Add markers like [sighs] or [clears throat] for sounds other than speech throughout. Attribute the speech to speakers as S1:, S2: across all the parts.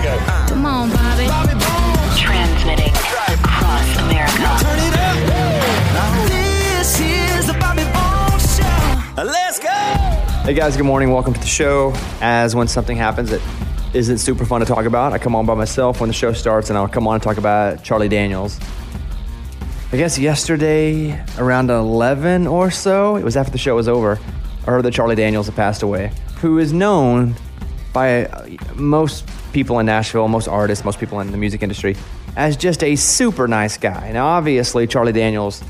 S1: Come on, Bobby.
S2: Transmitting across America.
S3: Turn it up. This is the Bobby Bones Show. Let's go.
S4: Hey guys, good morning. Welcome to the show. As when something happens that isn't super fun to talk about, I come on by myself when the show starts and I'll come on and talk about Charlie Daniels. I guess yesterday, around 11 or so, it was after the show was over, I heard that Charlie Daniels had passed away, who is known by uh, most people in Nashville, most artists, most people in the music industry, as just a super nice guy. Now, obviously, Charlie Daniels,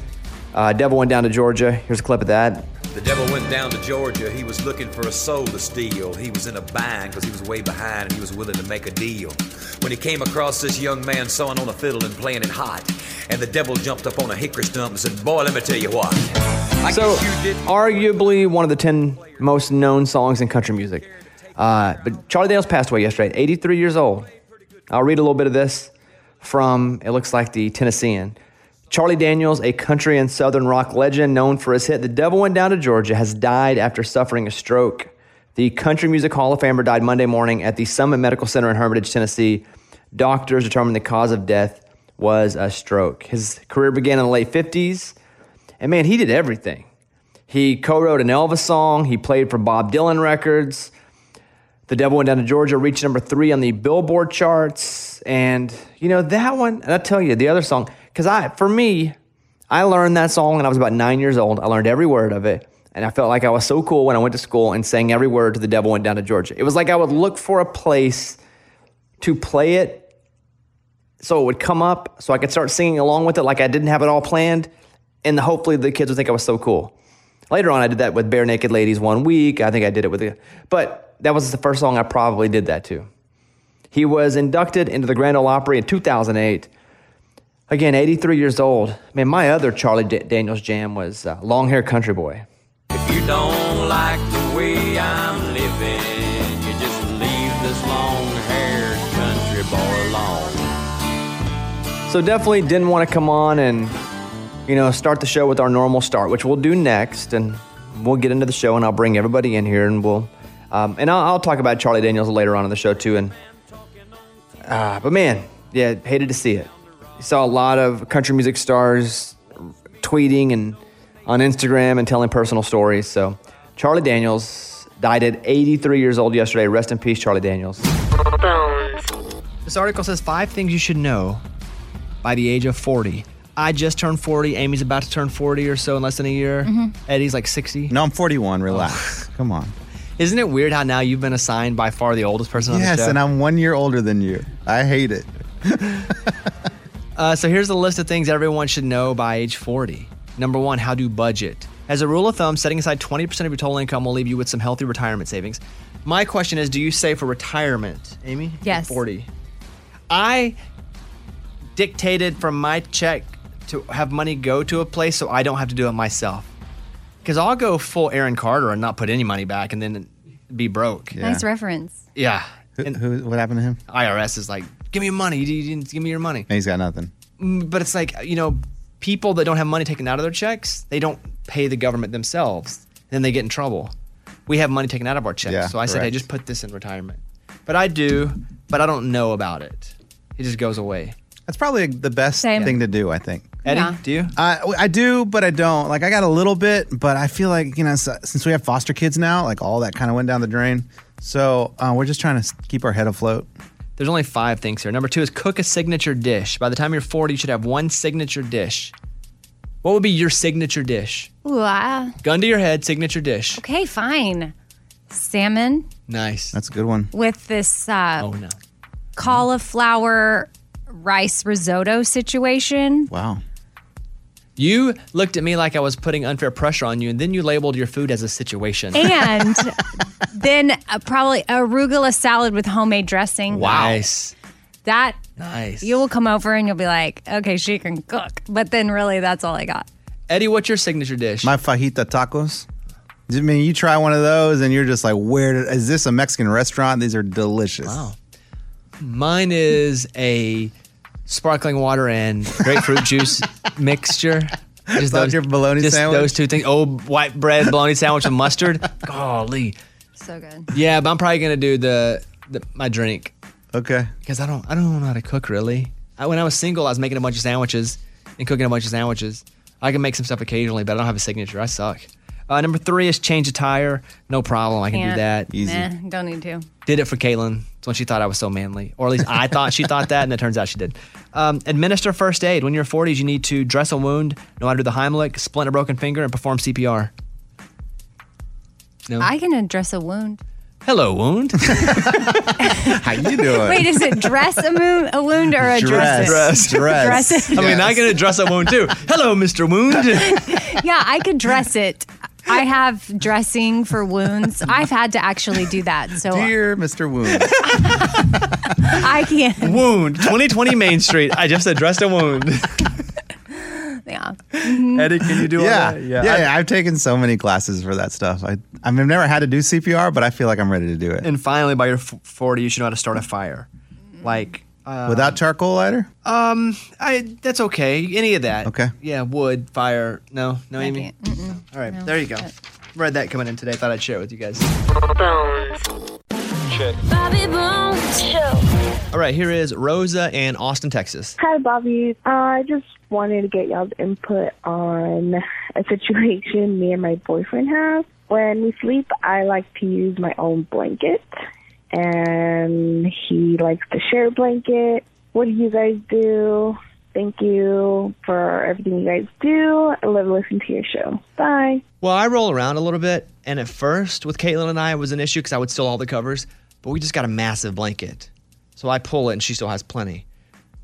S4: uh, Devil went down to Georgia. Here's a clip of that.
S5: The devil went down to Georgia. He was looking for a soul to steal. He was in a bind because he was way behind and he was willing to make a deal. When he came across this young man sawing on a fiddle and playing it hot, and the devil jumped up on a hickory stump and said, Boy, let me tell you what. I
S4: So,
S5: guess you
S6: Oh,
S5: did.
S4: arguably one of the 10 most known songs in country music. Uh, but Charlie Daniels passed away yesterday at 83 years old. I'll read a little bit of this from, it looks like the Tennessean. Charlie Daniels, a country and southern rock legend known for his hit The Devil Went Down to Georgia, has died after suffering a stroke. The Country Music Hall of Famer died Monday morning at the Summit Medical Center in Hermitage, Tennessee. Doctors determined the cause of death was a stroke. His career began in the late 50s, and man, he did everything. He co-wrote an Elvis song. He played for Bob Dylan records. The Devil Went Down to Georgia reached number three on the Billboard charts, and you know that one. And I tell you, the other song, because I, for me, I learned that song when I was about nine years old. I learned every word of it, and I felt like I was so cool when I went to school and sang every word to The Devil Went Down to Georgia. It was like I would look for a place to play it so it would come up so I could start singing along with it like I didn't have it all planned. And hopefully the kids would think I was so cool. Later on, I did that with Bare Naked Ladies one week. I think I did it with the, but that was the first song I probably did that to. He was inducted into the Grand Ole Opry in 2008. Again, 83 years old. Man, my other Charlie D- Daniels jam was uh, Long Hair Country Boy.
S7: If you don't like the way I'm living, you just leave this long haired country boy alone.
S4: So definitely didn't want to come on and you know start the show with our normal start, which we'll do next, and we'll get into the show, and I'll bring everybody in here, and we'll um, and I'll, I'll talk about Charlie Daniels later on in the show too, and uh, but man, yeah, hated to see it. Saw a lot of country music stars tweeting and on Instagram and telling personal stories. So Charlie Daniels died at 83 years old yesterday. Rest in peace, Charlie Daniels. This article says five things you should know by the age of 40. I just turned 40. Amy's about to turn 40 or so in less than a year. Eddie's like 60.
S6: No, I'm 41.
S5: Oh.
S6: Relax. Come on.
S4: Isn't it weird how now you've been assigned by far the oldest person on the
S6: Yes,
S4: show?
S6: and I'm one year older than you. I hate it.
S4: Uh, so here's the list of things everyone should know by age 40. Number one, how to budget. As a rule of thumb, setting aside 20% of your total income will leave you with some healthy retirement savings. My question is, do you save for retirement, Amy?
S8: Yes.
S4: 40. I dictated from my check to have money go to a place so I don't have to do it myself. Because I'll go full Aaron Carter and not put any money back and then be broke. Yeah.
S8: Nice reference.
S6: Who, who, what happened to him?
S4: IRS is like, give me your money. You didn't give me your money.
S6: And he's got nothing.
S4: but it's like you know people that don't have money taken out of their checks they don't pay the government themselves then they get in trouble we have money taken out of our checks
S6: Yeah,
S4: so i said hey
S6: correct.
S4: just put this in retirement but i do but i don't know about it it just goes away
S6: That's probably the best
S8: Same.
S6: thing to do, I think.
S4: eddie
S8: Yeah.
S4: do you
S6: I, I do, but I don't. Like, I got a little bit, but I feel like, you know, s- since we have foster kids now, like all that kind of went down the drain. So uh, we're just trying to s- keep our head afloat.
S4: there's only five things here number two is cook a signature dish by the time you're 40 you should have one signature dish what would be your signature dish
S8: Ooh, ah.
S4: gun to your head signature dish
S8: Okay, fine. Salmon
S4: nice
S6: That's a good one.
S8: with this uh,
S4: oh no
S8: cauliflower rice risotto situation.
S6: Wow.
S4: You looked at me like I was putting unfair pressure on you, and then you labeled your food as a situation.
S8: And
S4: [laughs]
S8: then uh, probably arugula salad with homemade dressing.
S4: Nice.
S8: That
S4: Nice.
S8: you will come over and you'll be like, okay, she can cook. But then really, that's all I got.
S4: Eddie, what's your signature dish?
S6: My fajita tacos. I mean, you try one of those and you're just like, where did, is this a Mexican restaurant? These are delicious.
S4: Wow. Mine is a sparkling water and
S6: [laughs]
S4: grapefruit juice mixture. Just
S6: Thought your bologna
S4: just
S6: sandwich?
S4: Those two things. Oh, white bread bologna sandwich and mustard. Golly.
S8: So good.
S4: Yeah, but I'm probably gonna do the, the my drink.
S6: Okay.
S4: because I don't I don't know how to cook really. I, when I was single, I was making a bunch of sandwiches and cooking a bunch of sandwiches. I can make some stuff occasionally, but I don't have a signature. I suck. Uh, number three is change a tire. No problem. I can do that.
S6: Easy.
S8: Nah, don't need to.
S4: Did it for Caitlin when she thought I was so manly, or at least I thought she thought that, and it turns out she did. Um, administer first aid. When you're 40s, you need to dress a wound, know how to do the Heimlich, splint a broken finger, and perform CPR. No.
S8: I can address a wound.
S4: Hello, [laughs] wound.
S6: How you doing?
S8: [laughs] Wait, is it dress a, moon, a wound or address
S6: dress,
S8: it?
S6: dress, dress.
S8: Dress
S4: I mean, I can address a wound too. Hello, Mr. [laughs] Wound.
S8: Yeah, I could dress it. I have dressing for wounds. I've had to actually do that, so
S6: Dear Mr. Wound.
S8: I can.
S4: wound 2020 main street i just addressed a wound
S8: Yeah,
S4: [laughs] eddie can you do
S6: yeah.
S4: all that
S6: yeah, yeah, I've taken so many classes for that stuff. I, I mean, I've never had to do CPR, but I feel like I'm ready to do it.
S4: and finally by your f- 40 you should know how to start a fire like uh,
S6: Without charcoal lighter?
S4: I, that's okay any of that
S6: Okay.
S4: yeah wood fire no no amy
S8: can't. Mm-mm.
S4: all right there you go read that coming in today thought i'd share it with you guys
S9: Bobby Bones Show.
S4: all right here is rosa in austin texas
S10: Hi, Bobby. Uh, I just wanted to get y'all's input on a situation me and my boyfriend have. When we sleep, I like to use my own blanket, and he likes to share a blanket. What do you guys do? Thank you for everything you guys do. I love listening to your show. Bye.
S4: well i roll around a little bit and at first with caitlin and i it was an issue because i would steal all the covers but we just got a massive blanket so i pull it and she still has plenty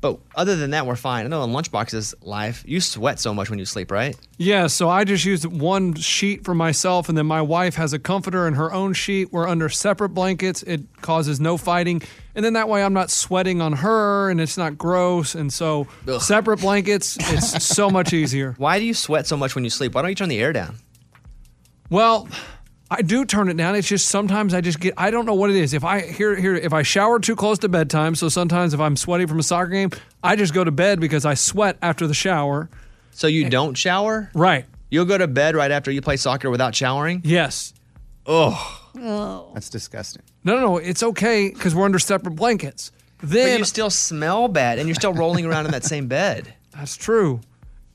S4: but other than that we're fine i know in lunchbox's life you sweat so much when you sleep right
S11: Yeah, so I just used one sheet for myself, and then my wife has a comforter and her own sheet. We're under separate blankets. It causes no fighting. And then that way I'm not sweating on her and it's not gross. And so, separate blankets, it's
S4: [laughs]
S11: so much easier.
S4: Why do you sweat so much when you sleep? Why don't you turn the air down?
S11: Well, I do turn it down. It's just sometimes I just get I don't know what it is. If I here here if I shower too close to bedtime, so sometimes if I'm sweating from a soccer game, I just go to bed because I sweat after the shower.
S4: So you don't shower?
S11: Right.
S4: You'll go to bed right after you play soccer without showering?
S11: Yes.
S6: That's disgusting.
S11: No, no, no. It's okay because we're under separate blankets.
S4: But
S11: Then
S4: you still smell bad and you're still rolling around in that same bed.
S11: that's true.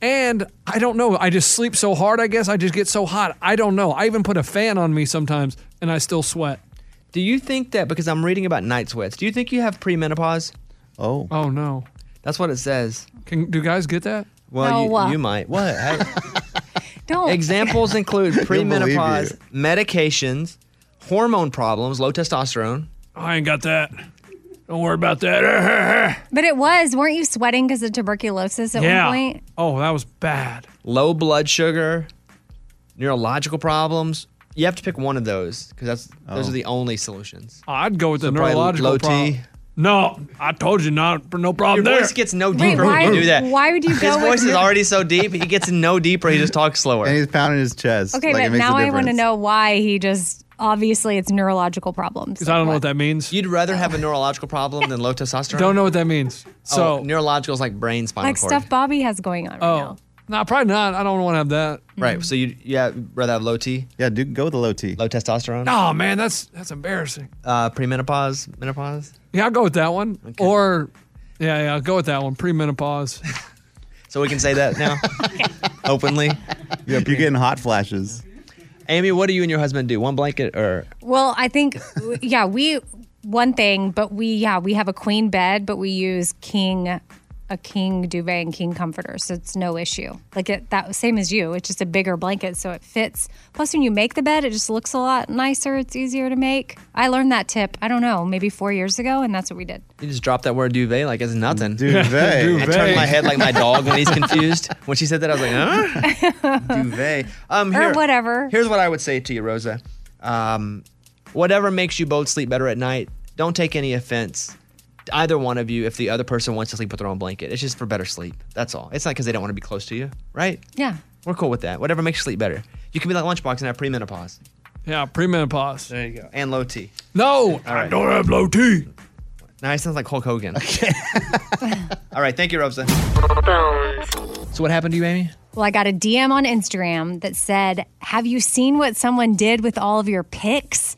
S11: And I don't know. I just sleep so hard. I guess I just get so hot. I don't know. I even put a fan on me sometimes, and I still sweat.
S4: Do you think that because I'm reading about night sweats, do you think you have premenopause?
S6: Oh.
S11: Oh no.
S4: That's what it says.
S11: Can do guys get that?
S4: Well,
S8: No, uh,
S4: you, you might. What? How-
S8: don't. [laughs]
S4: Examples include premenopause,
S6: you.
S4: medications, hormone problems, low testosterone.
S11: I ain't got that. Don't worry about that. [laughs]
S8: But it was. Weren't you sweating because of tuberculosis at
S11: yeah.
S8: one point?
S11: Oh, that was bad.
S4: low blood sugar, neurological problems. You have to pick one of those because that's
S8: Oh.
S4: those are the only solutions.
S11: I'd go with the
S4: probably
S11: neurological
S4: low
S11: problem.
S4: T?
S11: No, I told you not. No problem
S4: Your
S11: there.
S4: voice gets no
S8: Wait,
S4: deeper
S8: why?
S4: when you do that.
S8: Why would you
S4: His
S8: go
S4: voice
S8: with?
S4: is already so deep; he gets no deeper. He just talks
S8: [laughs]
S4: slower.
S6: [laughs] And he's pounding his chest.
S8: Okay,
S6: like it
S8: but
S6: makes a
S8: now I want to
S6: difference.
S8: know why he just obviously it's neurological problems.
S11: 'Cause I don't know what that means.
S4: You'd rather have a neurological problem than low testosterone.
S11: don't know what that means. So
S4: oh, neurological is like brain spinal
S8: like
S4: cord.
S8: stuff Bobby has going on right
S11: Oh.
S8: now.
S11: No, probably not. I don't want to have that.
S8: Mm.
S4: Right. So you yeah you'd rather have low T,
S6: Yeah, dude, go with the low T.
S4: low testosterone,
S11: Oh man, that's that's embarrassing.
S4: uh, premenopause, menopause.
S11: Yeah, I'll go with that one. Or yeah, yeah, I'll go with that one. Premenopause.
S4: So we can say that
S8: [laughs]
S4: now openly.
S6: You're getting hot flashes.
S4: Amy, what do you and your husband do? One blanket or
S8: Well, I think yeah, we one thing, but we yeah, we have a queen bed, but we use king a king duvet and king comforter, so it's no issue. Like it that same as you, it's just a bigger blanket so it fits. Plus when you make the bed, it just looks a lot nicer, it's easier to make. I learned that tip, I don't know, maybe 4 years ago and that's what we did.
S4: you just drop that word duvet like it's nothing.
S6: [laughs] Duvet.
S4: I turned my head like my dog when he's [laughs] confused. When she said that, I was like, huh? [laughs] Duvet. Um,
S8: Or whatever.
S4: Here's what I would say to you, Rosa. Um, whatever makes you both sleep better at night, don't take any offense, to either one of you, if the other person wants to sleep with their own blanket. It's just for better sleep. That's all. It's not because they don't want to be close to you, right?
S8: Yeah.
S4: We're cool with that. Whatever makes you sleep better. You can be like Lunchbox and have premenopause
S11: Yeah, premenopause.
S4: there you go. and low T.
S11: No, I don't have low T.
S4: Now he sounds like Hulk Hogan. [laughs] all right. Thank you, Rosa. So, what happened to you, Amy?
S8: Well, I got a DM on Instagram that said, Have you seen what someone did with all of your pics?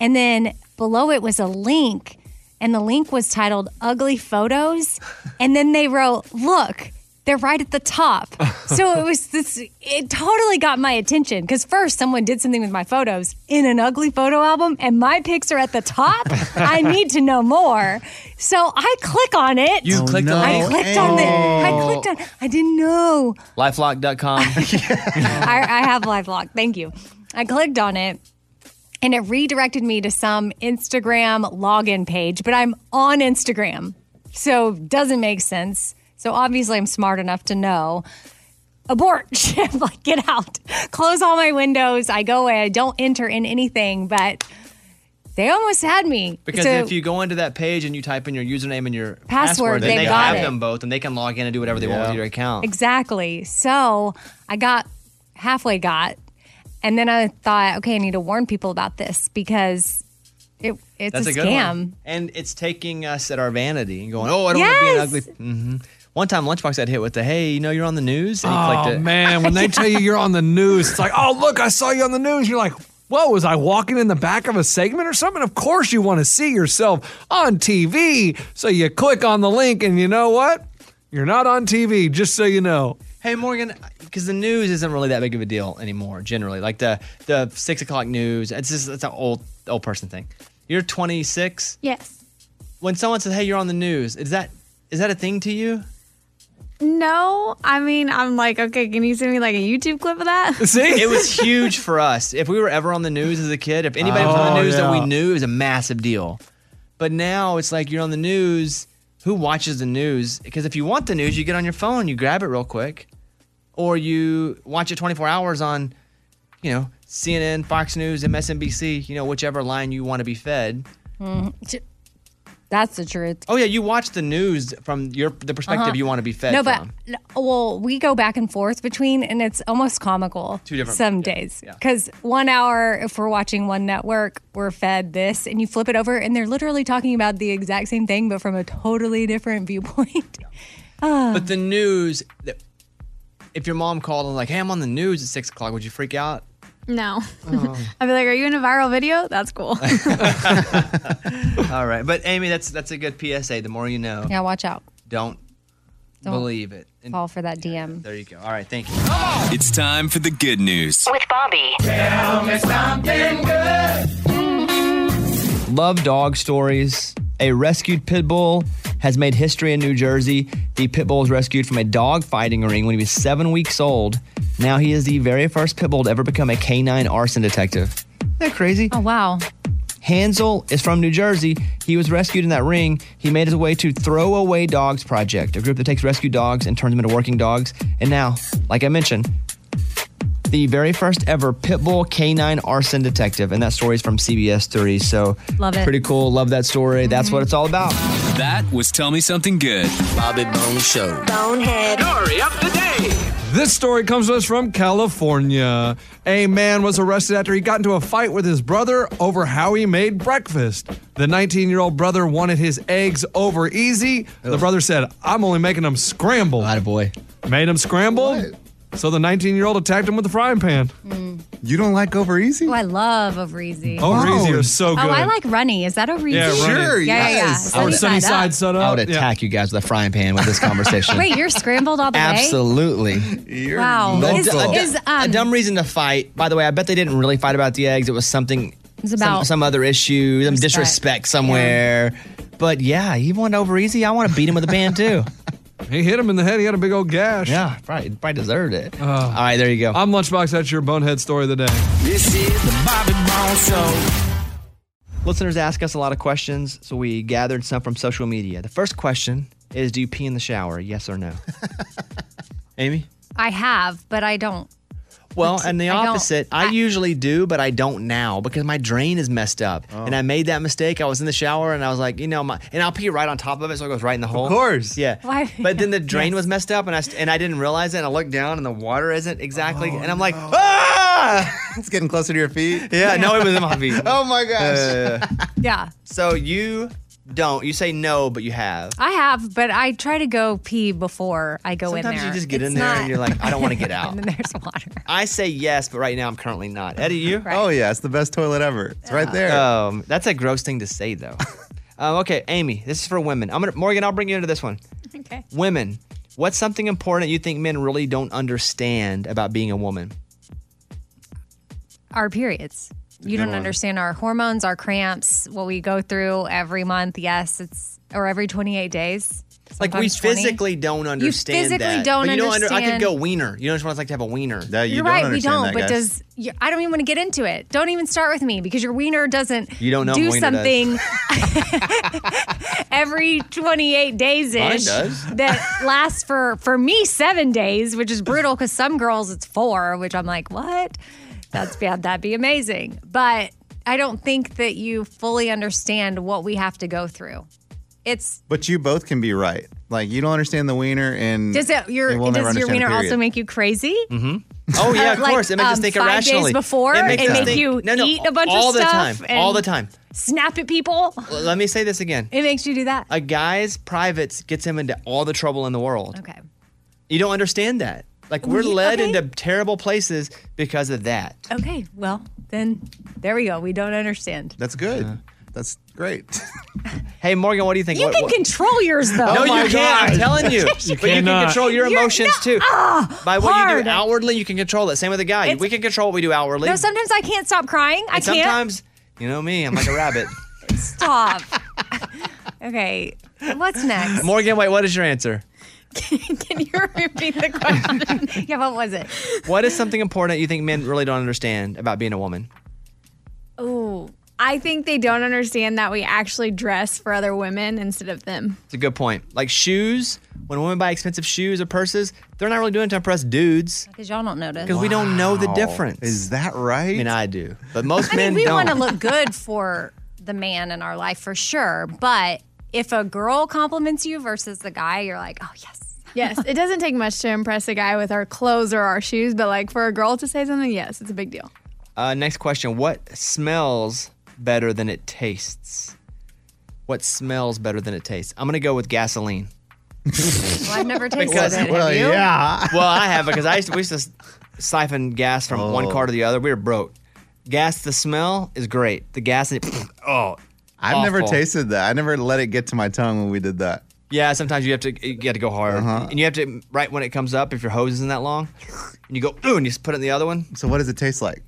S8: And then below it was a link and the link was titled Ugly Photos.
S4: [laughs]
S8: And then they wrote, Look, they're right at the
S4: [laughs]
S8: top. So it was this, it totally got my attention because first someone did something with my photos in an ugly photo album and my pics are at the top.
S4: [laughs]
S8: I need to know more. So I click on it.
S4: You Oh, clicked on
S8: I
S4: it?
S8: clicked on it. I
S4: Oh.
S8: clicked on I didn't know.
S4: Lifelock.com.
S8: I, I have LiveLock. Thank you. I clicked on it and it redirected me to some Instagram login page, but I'm on Instagram. So doesn't make sense. So obviously I'm smart enough to know abort [laughs] ship, like get out. Close all my windows. I go away. I don't enter in anything, but they almost had me.
S4: Because
S8: So-
S4: if you go into that page and you type in your username and your
S8: Password,
S4: password
S8: they've
S4: then they
S8: got
S4: have
S8: it.
S4: them both and they can log in and do whatever they want with your account.
S8: Exactly. So I got halfway got, and then I thought, okay, I need to warn people about this because it it's
S4: That's
S8: a,
S4: a, good
S8: scam.
S4: one. And it's taking us at our vanity and going, oh, I don't want to
S8: Yes!
S4: be an ugly. hmm One time, Lunchbox got hit with the, hey, you know, you're on the news. And he clicked
S10: Oh
S4: it. [laughs]
S10: man, when they tell you you're on the news, it's like, oh look, I saw you on the news. You're like, whoa, was I walking in the back of a segment or something? Of course you want to see yourself on TV. So you click on the link, and you know what? You're not on TV. Just so you know.
S4: Hey Morgan, because the news isn't really that big of a deal anymore. Generally, like the the six o'clock news, it's just it's an old old person thing. You're 26.
S9: Yes.
S4: When someone says, "Hey, you're on the news," is that is that a thing to you?
S9: No, I mean, I'm like, okay, can you send me like a YouTube clip of that?
S4: [laughs] it was huge for us. If we were ever on the news as a kid, if anybody was on the
S9: Oh,
S4: news that we
S9: yeah.
S4: knew, it was a massive deal. But now it's like you're on the news. Who watches the news? Because if you want the news, you get on your phone, you grab it real quick, or you watch it 24 hours on, you know, CNN, Fox News, MSNBC, you know, whichever line you want to be fed.
S8: Mhm. J- That's the truth.
S4: Oh yeah, you watch the news from your the perspective
S8: Uh-huh.
S4: you want to be fed
S8: No,
S4: from.
S8: but no, well, we go back and forth between, and it's almost comical.
S4: Two different-
S8: some days because one hour if we're watching one network, we're fed this, and you flip it over, and they're literally talking about the exact same thing, but from a totally different [laughs] viewpoint. Ah.
S4: But the news, th- if your mom called and like, "Hey, I'm on the news at six o'clock," would you freak out?
S9: No. [laughs] I'd be like, are you in a viral video? That's cool. [laughs]
S4: All right, but Amy, that's that's a good PSA. The more you know,
S8: yeah, watch out.
S4: don't,
S8: Don't
S4: believe it. And
S8: Fall for that DM.
S4: there you go. All right, thank you.
S12: It's time for the good news.
S2: With Bobby. Tell me something good.
S4: Love dog stories. A rescued pit bull has made history in New Jersey. The pit bull was rescued from a dog fighting ring when he was seven weeks old. Now he is the very first pit bull to ever become a canine arson detective. They're crazy.
S8: Oh wow.
S4: Hansel is from New Jersey. He was rescued in that ring. He made his way to Throwaway Dogs Project, a group that takes rescued dogs and turns them into working dogs. And now, like I mentioned, the very first ever Pitbull canine arson detective. And that story is from CBS 3. So
S12: Love it.
S4: pretty cool. Love that story. That's what it's all about.
S12: That was Tell Me Something Good. Bobby Bone Show.
S2: Bonehead.
S12: Story up today.
S10: This story comes to us from California. A man was arrested after he got into a fight with his brother over how he made breakfast. The 19 year old brother wanted his eggs over easy. The brother said, I'm only making them scramble. Atta
S4: boy.
S10: Made him scramble. So the 19 year old attacked him with a frying pan. You don't like over easy?
S8: Oh, I love over easy.
S10: Over easy are so good.
S8: Oh, I like runny. Is that over easy?
S10: Yeah, runny. Sure,
S8: Yeah, yeah, yeah.
S10: yes. Or sunny side
S8: up.
S10: set up.
S4: I would attack you guys with a frying
S8: [laughs]
S4: pan with this conversation.
S8: Wait, you're scrambled all the way.
S4: Absolutely.
S8: Wow.
S4: A
S8: Is-
S4: du- a,
S8: is,
S4: du-
S8: um,
S4: a dumb reason to fight. By the way, I bet they didn't really fight about the eggs. It was something
S8: It's about
S4: some, some other issue, some
S8: Respect.
S4: disrespect somewhere. But yeah, he went over easy. I want to beat him with a
S8: [laughs]
S4: band too.
S10: he hit him in the head. He had a big old gash.
S4: Yeah, probably, probably deserved it. All right, there you go.
S10: I'm Lunchbox. That's your bonehead story of the day.
S12: This is the Bobby Bone Show.
S4: Listeners ask us a lot of questions, so we gathered some from social media. The first question is Do you pee in the shower? Yes or no? [laughs] Amy?
S8: I have, but I don't.
S4: Well,
S8: But
S4: and the
S8: I don't-
S4: opposite, I, usually do, but I don't now because my drain is messed up. And I made that mistake. I was in the shower and I was like, you know, my and I'll pee right on top of it, so it goes right in the hole. Of course, yeah.
S8: Why?
S4: But
S8: [laughs]
S4: then the drain was messed up, and I st- and I didn't realize it. And I looked down, and the water isn't exactly. and I'm like, ah! [laughs]
S6: It's getting closer to your [laughs] feet.
S4: Yeah, no, it was in my [laughs] feet.
S6: Oh my gosh.
S4: Uh,
S8: Yeah,
S4: so you don't. You say no, but you have.
S8: I have, but I try to go pee before I go in
S4: Sometimes
S8: there.
S4: you just get in
S8: It's
S4: there
S8: not-
S4: and you're like, I don't want to get out.
S8: [laughs] and then there's water.
S4: I say yes, but right now I'm currently not. Eddie, you?
S6: Oh yeah, it's the best toilet ever. It's right there.
S4: Um, that's a gross thing to say, though. Um, okay, Amy, this is for women. I'm gonna Morgan. I'll bring you into this one.
S8: Okay.
S4: Women, what's something important you think men really don't understand about being a woman?
S8: Our periods. You
S4: Good
S8: don't
S4: one.
S8: understand our hormones, our cramps, what we go through every month. Yes, it's or every 28 days.
S4: Like we
S8: sometimes 20.
S4: physically don't understand.
S8: physically
S4: that.
S8: don't
S4: But you don't Under, I could
S8: understand-
S4: go wiener. You know what it's like to have a wiener. No,
S8: You're right. We don't. but does you, I don't even want to get into it. Don't even start with me because your wiener doesn't.
S4: You don't know if
S8: do
S4: wiener does.
S8: something
S4: [laughs]
S8: [laughs] every 28 days ish
S4: Mine does. [laughs]
S8: that lasts for for me seven days, which is brutal because some girls it's four, which I'm like, what? That's bad. That'd be amazing, but I don't think that you fully understand what we have to go through. It's
S4: Mm.
S6: But you both can be right. Like you don't understand the wiener, and
S8: does it your
S6: and we'll never
S8: does your
S6: understand
S8: wiener
S6: the
S8: also
S6: period.
S8: make you crazy?
S6: Mm-hmm.
S4: Oh yeah, of
S8: like,
S4: course. It makes us
S8: um,
S4: think
S8: five
S4: irrationally.
S8: days before
S4: It makes
S8: and
S4: us
S8: make
S4: think-
S8: you
S4: no, no,
S8: eat a bunch
S4: all
S8: of
S4: the
S8: stuff
S4: time.
S8: and
S4: All the time.
S8: snap at people.
S4: L- Let me say this again.
S8: It makes you do that.
S4: A guy's privates gets him into all the trouble in the world.
S8: Okay.
S4: You don't understand that. Like we're
S8: We-
S4: led
S8: okay.
S4: into terrible places because of that.
S8: Okay, well then there we go. We don't understand.
S4: That's good. That's [laughs] great. hey Morgan, what do you think?
S8: You
S4: What- Oh
S8: can Oh
S4: what-
S8: control yours though.
S4: no, you can't.
S8: [laughs]
S4: I'm telling you. but you can control your
S8: You're-
S4: emotions too.
S8: Ah,
S4: By what you
S8: hard.
S4: do outwardly, you can control it. Same with a guy. we can control what we do outwardly.
S8: No, sometimes I can't stop crying. I can't
S4: and sometimes, you know me, I'm like
S8: [laughs]
S4: a rabbit. [laughs]
S8: stop. okay, what's next?
S4: Morgan, wait, what is your answer?
S8: Can you repeat the question? yeah, what was it?
S4: What is something important you think men really don't understand about being a woman?
S9: Ooh. [laughs] I think they don't understand that we actually dress for other women instead of them.
S4: It's a good point. Like shoes, when women buy expensive shoes or purses, they're not really doing it to impress dudes
S8: Because y'all don't notice.
S4: because we don't know the
S6: Wow.
S4: difference. Is that right? I mean, I do, but most
S8: I mean,
S4: men
S8: we
S4: don't.
S8: want to look good for the man in our life for sure. But if a girl compliments you versus the guy, you're like, oh yes.
S9: Yes, it doesn't take much to impress a guy with our clothes or our shoes, but like for a girl to say something, yes, it's a big deal.
S4: Uh, next question: What smells better than it tastes? What smells better than it tastes? I'm gonna go with gasoline.
S8: Well, I've never tasted
S4: Because-
S8: it. have you?
S4: Well, I have because I used to, we used to s- siphon gas from one car to the other. We were broke. Gas, the smell is great. The gas, it, [clears throat] oh,
S6: I've never
S4: awful.
S6: tasted that. I never let it get to my tongue when we did that.
S4: Yeah, sometimes you have to you got to go hard, and you have to right when it comes up. If your hose isn't that long, and you go ooh, and you just put it in the other one.
S6: So what does it taste like?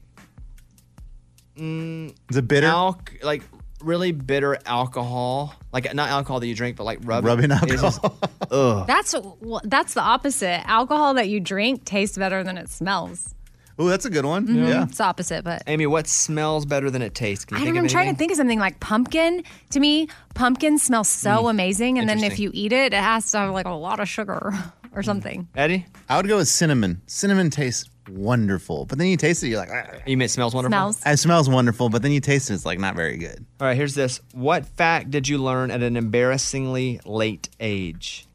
S4: Mm,
S6: Is it bitter?
S4: alc- like really bitter alcohol, like not alcohol that you drink, but like rubbing,
S6: Rubbing
S4: It's just- ugh.
S8: That's well, that's the opposite. Alcohol that you drink tastes better than it smells.
S4: Ooh, that's a good one.
S8: Mhm. It's the opposite, but
S4: Amy, what smells better than it tastes? Can you
S8: I don't
S4: think
S8: know.
S4: of
S8: I'm trying
S4: anything?
S8: to think of something like pumpkin. To me, pumpkin smells
S4: Mm.
S8: so amazing, and then if
S6: Interesting.
S8: you eat it, it has to have like a lot of sugar
S4: Mm.
S8: or something.
S4: Eddie?
S6: I would go with cinnamon. Cinnamon tastes wonderful, but then you taste it, you're like, "Ah."
S4: You mean it smells wonderful?
S8: Smells.
S6: it smells wonderful, but then you taste it, it's like not very good.
S4: All right, here's this. What fact did you learn at an embarrassingly late age?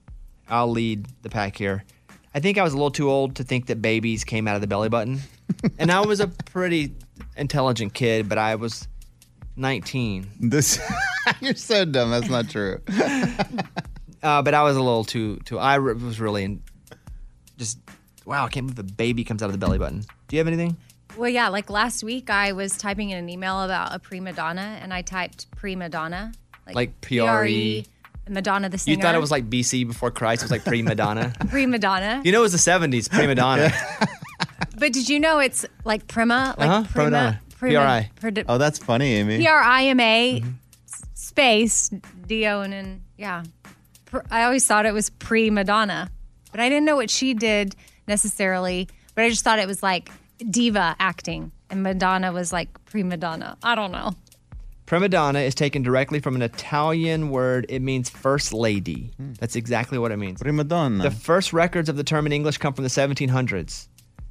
S4: I'll lead the pack here. I think I was a little too old to think that babies came out of the belly button. and I was a pretty intelligent kid, but I was 19. This [laughs] You're so dumb. That's not true. uh, but I was a little too too I re- was really in, just wow, I can't believe a baby comes out of the belly button. Do you have anything?
S8: Well, yeah, like last week I was typing in an email about a prima donna, and I typed prima donna,
S4: Like,
S8: PRE,
S4: PRE.
S8: E Madonna the singer.
S4: You thought it was like BC before Christ. It was like pre-Madonna. [laughs]
S8: prima donna,
S4: You know, it was the seventies, prima [laughs] donna.
S8: but did you know it's like prima, like
S4: Uh-huh, prima
S8: prima,
S4: donna.
S8: prima,
S4: PRI.
S8: Oh,
S6: that's funny, Amy.
S8: P R I M A
S4: Mm-hmm.
S8: space D O N N. Yeah. Pr- I always thought it was pre Madonna, but I didn't know what she did necessarily. But I just thought it was like diva acting, and Madonna was like pre Madonna. I don't know.
S4: Prima donna is taken directly from an Italian word. It means first lady. That's exactly what it means. Prima donna. The first records of the term in English come from the 1700s.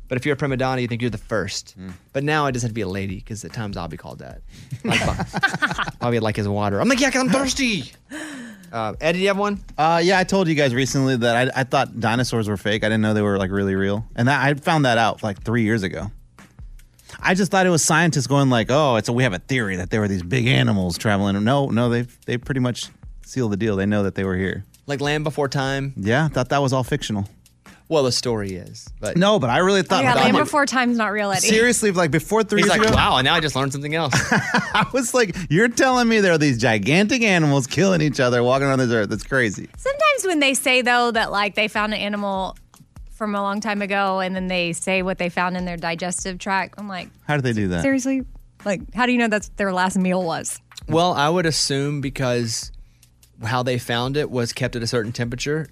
S4: But if you're a prima donna, you think you're the first. But now it doesn't have to be a lady because at times I'll be called that. Like, uh, [laughs] I'll be like his water. I'm like, yeah, 'cause I'm thirsty. Uh, Eddie, you have one?
S6: Uh, yeah, I told you guys recently that I, I thought dinosaurs were fake. I didn't know they were like really real, and that, I found that out like three years ago. I just thought it was scientists going like, "Oh, it's a, we have a theory that there were these big animals traveling." No, no, they they pretty much sealed the deal. They know that they were here.
S4: Like Land Before Time.
S6: Yeah, thought that was all fictional.
S4: well, the story is. But
S6: No, but I really
S4: Uh, Oh,
S6: thought.
S8: yeah,
S6: about
S8: land
S6: it.
S8: before time's not real, Eddie.
S6: Seriously, like before three
S4: He's
S6: years
S4: like,
S6: ago,
S4: wow, now I just learned something else.
S6: [laughs] I was like, you're telling me there are these gigantic animals killing each other walking around this earth. That's crazy.
S8: Sometimes when they say though that like they found an animal from a long time ago and then they say what they found in their digestive tract, I'm like,
S6: How do they do
S8: seriously? Like, how do you know that's what their last meal was?
S4: Well, I would assume because how they found it was kept at a certain temperature.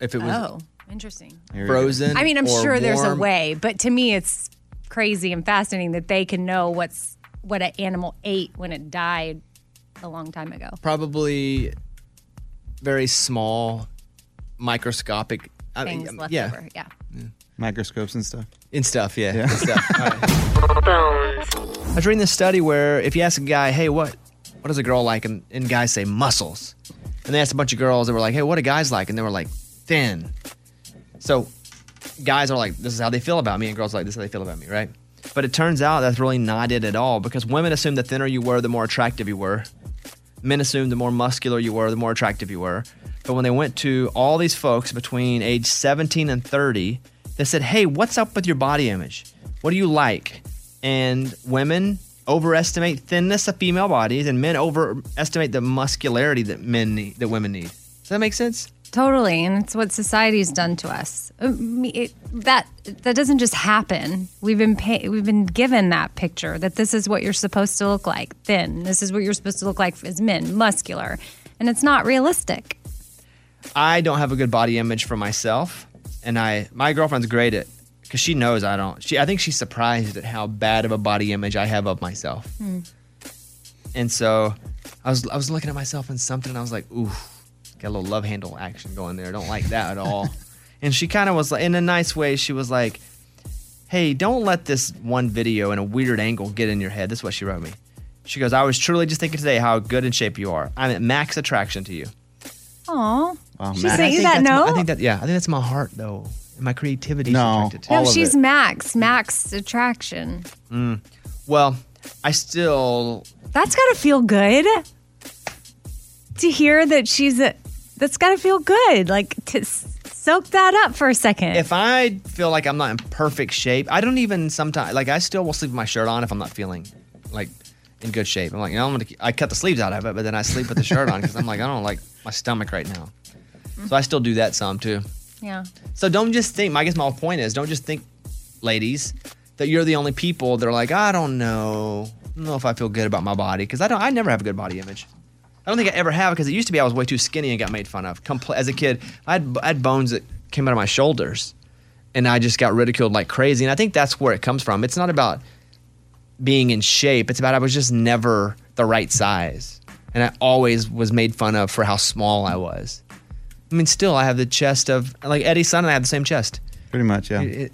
S4: If it was
S8: oh, interesting.
S4: we go. Frozen
S8: I mean, I'm
S4: or
S8: sure there's a
S4: warm.
S8: way, but to me, it's crazy and fascinating that they can know what's what an animal ate when it died a long time ago.
S4: probably very small, microscopic I mean,
S8: Things left
S4: um, yeah,
S8: over. Yeah.
S6: Microscopes and stuff.
S4: And stuff, yeah. and stuff. All right. I was reading this study where if you ask a guy, hey, what what does a girl like? And, and guys say muscles. And they asked a bunch of girls that were like, hey, what do guys like? And they were like, thin. So guys are like, this is how they feel about me. And girls are like, this is how they feel about me, right? But it turns out that's really not it at all because women assume the thinner you were, the more attractive you were. Men assumed the more muscular you were, the more attractive you were. But when they went to all these folks between age 17 and 30, they said, Hey, what's up with your body image? What do you like? And women overestimate thinness of female bodies, and men overestimate the muscularity that men need, that women need. Does that make sense?
S8: Totally, and it's what society's done to us. Uh, me- it- that that doesn't just happen. We've been pay, we've been given that picture that this is what you're supposed to look like thin. This is what you're supposed to look like as men, muscular, and it's not realistic.
S4: I don't have a good body image for myself, and I my girlfriend's great at because she knows I don't. She I think she's surprised at how bad of a body image I have of myself. And so I was I was looking at myself in something and I was like, ooh, got a little love handle action going there. I don't like that at all. and she kind of was like in a nice way, she was like, Hey, don't let this one video in a weird angle get in your head. This is what she wrote me. She goes, I was truly just thinking today how good in shape you are. I'm at max attraction to you.
S8: Aw,
S4: Wow,
S8: she
S4: Max. I
S8: sent you
S4: think
S8: that
S4: that's my- I
S8: note.
S4: think that yeah, I think that's my heart though. And my creativity no,
S8: no, she's max, max attraction.
S4: Mm. Well, I still
S8: That's gotta feel good to hear that she's a. That's gotta feel good. Like to s- soak that up for a second.
S4: if I feel like I'm not in perfect shape, I don't even sometimes like I still will sleep with my shirt on if I'm not feeling like in good shape. I'm like, you know, I'm gonna I cut the sleeves out of it, but then I sleep with the shirt on because I'm like, I don't like my stomach right now. So I still do that some too.
S8: yeah.
S4: So don't just think. I guess my whole point is don't just think, ladies, that you're the only people that are like, I don't know, I don't know if I feel good about my body because I don't. I never have a good body image. I don't think I ever have because it used to be I was way too skinny and got made fun of. Compl- as a kid, I had, I had bones that came out of my shoulders, and I just got ridiculed like crazy. And I think that's where it comes from. It's not about being in shape. It's about I was just never the right size, and I always was made fun of for how small I was. I mean, still, I have the chest of like Eddie Sun and I have the same chest.
S6: Pretty much, yeah.
S4: and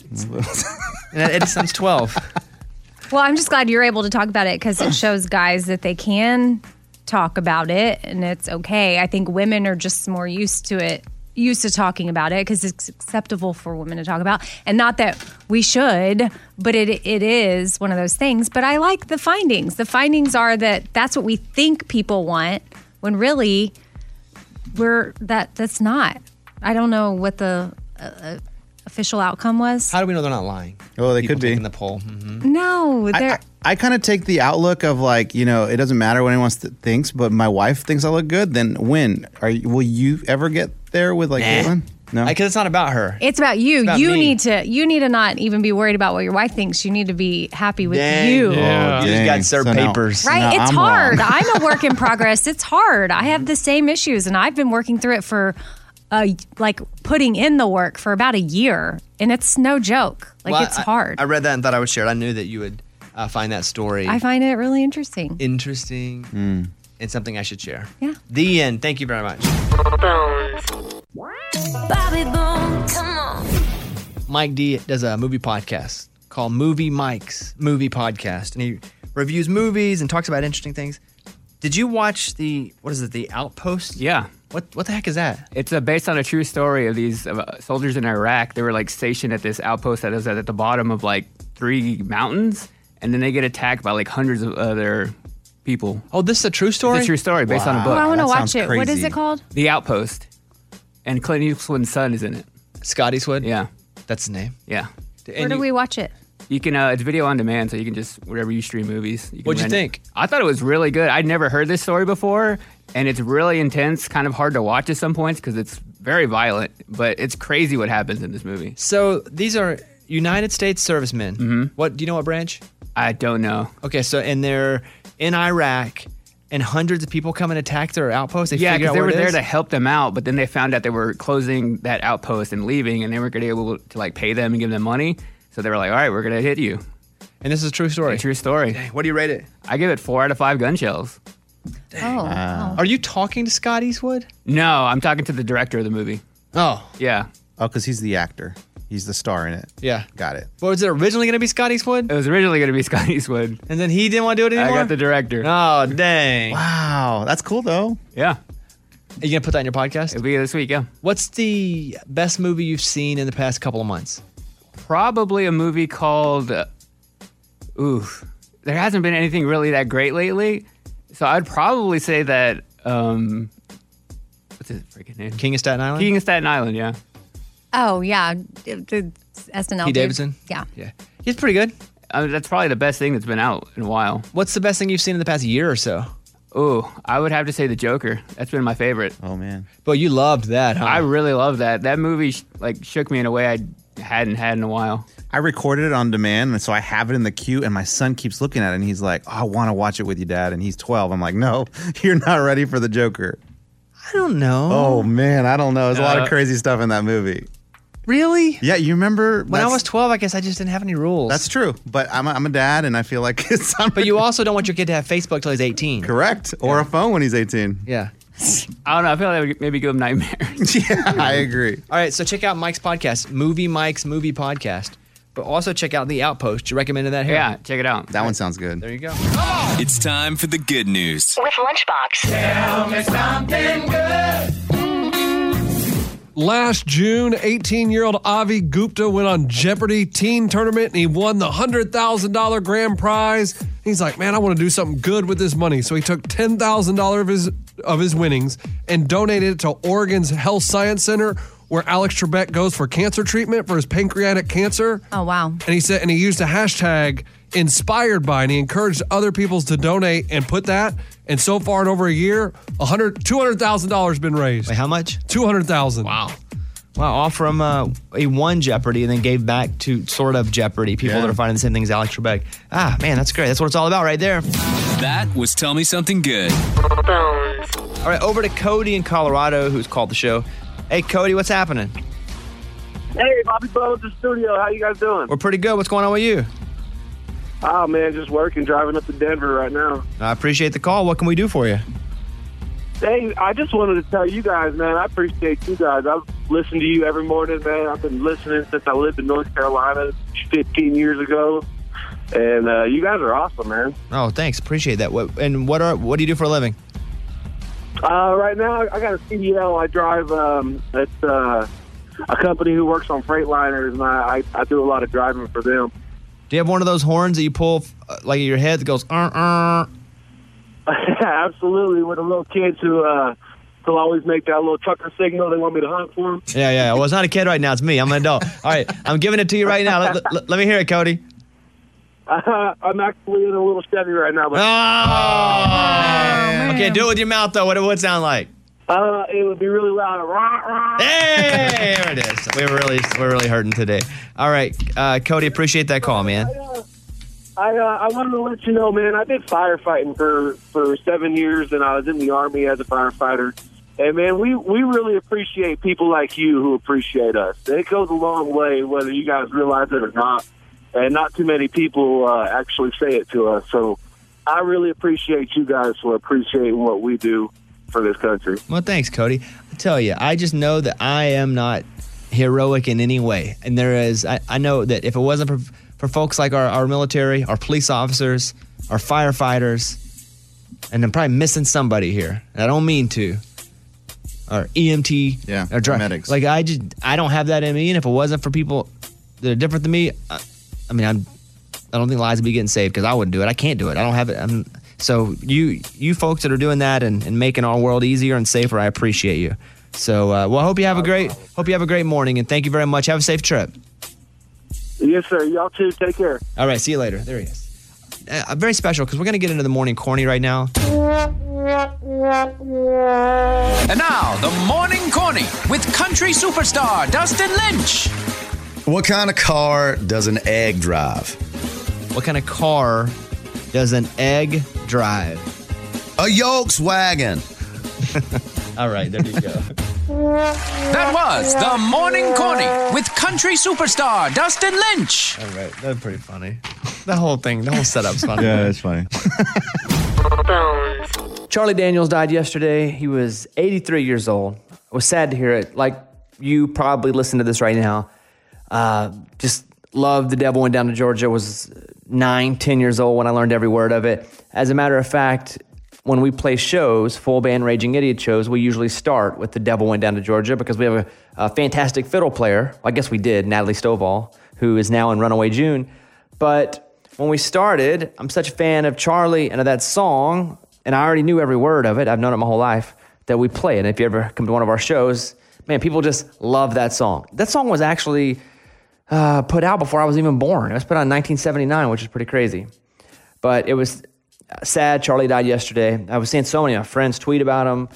S6: [laughs]
S4: Eddie Sun's twelve.
S8: Well, I'm just glad you're able to talk about it because
S6: [clears throat]
S8: it shows guys that they can talk about it and it's okay. I think women are just more used to it, used to talking about it because it's acceptable for women to talk about. And not that we should, but it it is one of those things. But I like the findings. The findings are that that's what we think people want when really we're that that's not. I don't know what the uh, uh, official outcome was.
S4: How do we know they're not lying?
S6: Oh, they could be
S4: in the poll. Mm-hmm.
S8: No,
S6: I,
S8: there.
S6: I- I kind of take the outlook of like you know it doesn't matter what anyone else th- thinks, but my wife thinks I look good. Then when are you, will you ever get there with like Caitlyn? No,
S4: because it's not about her.
S8: It's about you.
S6: about
S8: you
S6: me.
S8: need to. You need to not even be worried about what your wife thinks. You need to be happy with you.
S4: You just got served papers.
S8: Right? it's
S6: [laughs]
S8: hard. I'm a work in progress. It's hard. I have the same issues, and I've been working through it for, uh, like putting in the work for about a year, and it's no joke. Like
S4: Well,
S8: it's
S4: I-
S8: hard.
S4: I
S8: I,
S4: read that and thought I would share it. I knew that you would uh, find that story
S8: find it really interesting.
S4: interesting
S6: Mm.
S4: and something I should share.
S8: Yeah.
S4: The end. Thank you very much.
S1: Bobby Bone, come on.
S4: Mike D does a movie podcast called Movie Mike's Movie Podcast, and he reviews movies and talks about interesting things. Did you watch the what is it? The Outpost?
S11: Yeah.
S4: What what the heck is that?
S11: It's uh, based on a true story of these uh, soldiers in Iraq. They were like stationed at this outpost that was at the bottom of like three mountains, and then they get attacked by like hundreds of other people.
S4: Oh, this is a true story.
S11: It's a true story based on a
S8: Wow.
S11: book.
S8: Well, I wanna That watch sounds it. What is crazy. it called?
S11: The Outpost. And Clint Eastwood's son is in it.
S4: Scott Eastwood?
S11: Yeah.
S4: That's his name?
S11: Yeah.
S8: Where do we watch it?
S11: You can uh, it's video on demand, so you can just wherever you stream movies. You can
S4: What'd you
S11: rent it.
S4: think?
S11: I thought it was really good. I'd never heard this story before, and it's really intense. Kind of hard to watch at some points because it's very violent, but it's crazy what happens in this movie.
S4: So these are United States servicemen. Mm-hmm. What do you know? What branch?
S11: I don't know.
S4: Okay, so and they're in Iraq, and hundreds of people come and attack their outpost. They
S11: yeah,
S4: figure
S11: because
S4: out
S11: they
S4: where
S11: were
S4: it
S11: there
S4: is?
S11: to help them out, but then they found out they were closing that outpost and leaving, and they weren't gonna be able to like pay them and give them money. So they were like, "All right, we're gonna hit you."
S4: And this is a true story.
S11: true story.
S4: what do you rate it?
S11: I give it four out of five gun shells.
S8: Oh,
S4: Are you talking to Scott Eastwood?
S11: No, I'm talking to the director of the movie.
S4: Oh,
S11: yeah.
S6: Oh, because he's the actor. He's the star in it.
S4: Yeah.
S6: Got it.
S4: What was it originally going to be Scott Eastwood?
S11: It was originally going to be [laughs] Scott Eastwood.
S4: And then he didn't want to do it anymore?
S11: I got the director.
S4: Oh, dang.
S6: Wow. That's cool, though.
S11: Yeah.
S4: Are you going to put that in your podcast? It'll
S11: be this week, yeah.
S4: What's the best movie you've seen in the past couple of months?
S11: Probably a movie called. Uh, ooh, there hasn't been anything really that great lately. So I'd probably say that. Um, what's his freaking name?
S4: King of Staten Island?
S11: King of Staten Island, yeah.
S8: Oh yeah, the SNL.
S11: Pete
S8: dude.
S11: Davidson?
S8: Yeah.
S4: Yeah. He's pretty good.
S11: Uh, that's probably the best thing that's been out in a while.
S4: What's the best thing you've seen in the past year or so?
S11: Ooh, I would have to say The Joker. That's been my favorite.
S6: Oh man.
S4: But you loved that, huh?
S11: I really love that. That movie sh- like shook me in a way I hadn't had in a while.
S6: I recorded it on demand, and so I have it in the queue. And my son keeps looking at it, and he's like, oh, "I want to watch it with you, Dad." And he's 12. I'm like, "No, [laughs] you're not ready for the Joker."
S4: I don't know.
S6: Oh man, I don't know. There's a lot
S4: Uh,
S6: of crazy stuff in that movie.
S4: Really?
S6: Yeah, you remember
S4: When I
S6: that's-
S4: was 12, I guess I just didn't have any rules.
S6: That's true. But I'm a, I'm a dad, and I feel like [laughs] it's.
S4: But you also don't want your kid to have Facebook till he's 18.
S6: Correct. Or a phone when he's 18.
S4: Yeah.
S11: I don't know. I feel like that would maybe give him nightmares. [laughs]
S6: yeah, [laughs] I agree.
S4: All right, so check out Mike's podcast, Movie Mike's Movie Podcast. But also check out The Outpost. You recommended that here?
S11: Yeah, check it out.
S6: That one sounds good.
S4: There you go.
S12: It's time for the good news.
S2: With Lunchbox. Tell me something good.
S10: Last June, 18 year old Avi Gupta went on Jeopardy Teen Tournament and he won the $100,000 grand prize. He's like, man, I want to do something good with this money. So he took $10,000 of his, of his winnings and donated it to Oregon's Health Science Center, where Alex Trebek goes for cancer treatment for his pancreatic cancer.
S8: Oh wow.
S10: And he said, and he used a hashtag inspired by, and he encouraged other peoples to donate and put that. And so far in over a year, 100, $200,000 has been raised. Wait,
S4: how much?
S10: 200000
S4: Wow. Wow, all from uh, a one Jeopardy and then gave back to sort of Jeopardy. People that are finding the same things Alex Trebek. Ah, man, that's great. That's what it's all about right there.
S12: That was Tell Me Something Good.
S4: All right, over to Cody in Colorado, who's called the show. Hey, Cody, what's happening?
S13: Hey, Bobby Bones, the studio. How you guys doing?
S4: We're pretty good. What's going on with you?
S13: Oh man, just working, driving up to Denver right now.
S4: I appreciate the call. What can we do for you?
S13: Hey, I just wanted to tell you guys, man, I appreciate you guys. I listen to you every morning, man. I've been listening since I lived in North Carolina 15 years ago, and uh, you guys are awesome, man.
S4: Oh, thanks. Appreciate that. What, and what are what do you do for a living?
S13: Uh, right now, I got a CDL. I drive. Um, it's uh, a company who works on Freightliners, and I, I, I do a lot of driving for them. [laughs]
S4: Do you have one of those horns that you pull uh, like your head that goes? Uh,
S13: Absolutely, with the little kids who uh, who always make that little trucker signal. They want me to hunt for them.
S4: Yeah, yeah. Well, it's not a kid right now. It's me. I'm an adult. All right, I'm giving it to you right now. Let, let- let me hear it, Cody.
S13: Uh, [laughs] I'm actually in a little Chevy right now, but
S4: Oh, okay, do it with your mouth though. What it would sound like?
S13: uh, it would be really loud. Rah, rah.
S4: Hey, there it is. We're really we're really hurting today. All right, uh, Cody, appreciate that call, man.
S13: I uh, I wanted to let you know, man. I did firefighting for for seven years, and I was in the army as a firefighter. And man, we we really appreciate people like you who appreciate us. It goes a long way, whether you guys realize it or not. And not too many people uh, actually say it to us. So I really appreciate you guys for appreciating what we do for this country.
S4: Well, thanks, Cody. I tell you, I just know that I am not heroic in any way, and there is. I, I know that if it wasn't for, for folks like our, our military, our police officers, our firefighters, and I'm probably missing somebody here, and I don't mean to. Or EMT, yeah, or dr- medics. Like I just, I don't have that in me, and if it wasn't for people that are different than me, I, I mean, I'm, I don't think lives would be getting saved because I wouldn't do it. I can't do it. I don't have it. I'm, so you you folks that are doing that and, and making our world easier and safer, I appreciate you.
S10: So, uh, well, I hope you have a great hope you have a great morning, and thank you very much. Have a safe trip.
S14: Yes, sir. Y'all too. Take care.
S10: All right, see you later. There he is. Uh, very special because we're gonna get into the morning corny right now.
S5: And now, the Morning Corny with country superstar Dustin Lynch.
S15: What kind of car does an egg drive?
S10: What kind of car does an egg drive?
S15: A yolks wagon.
S10: All right, there you go.
S5: That was the Morning Corny with country superstar Dustin Lynch.
S10: All right, that's pretty funny. The whole thing, the whole setup's funny.
S6: yeah, it's funny.
S4: Charlie Daniels died yesterday. He was 83 years old. I was sad to hear it. Like you probably listen to this right now. Uh, just loved the devil went down to Georgia. Was nine, ten years old when I learned every word of it. As a matter of fact, when we play shows, full band Raging Idiot shows, we usually start with the devil went down to Georgia because we have a, a fantastic fiddle player. Well, I guess we did, Natalie Stovall, who is now in Runaway June. But when we started, I'm such a fan of Charlie and of that song, and I already knew every word of it. I've known it my whole life that we play it. And if you ever come to one of our shows, man, people just love that song. That song was actually uh, put out before I was even born. It was put out in 1979, which is pretty crazy. But it was uh, sad. Charlie died yesterday. I was seeing so many of my friends tweet about him.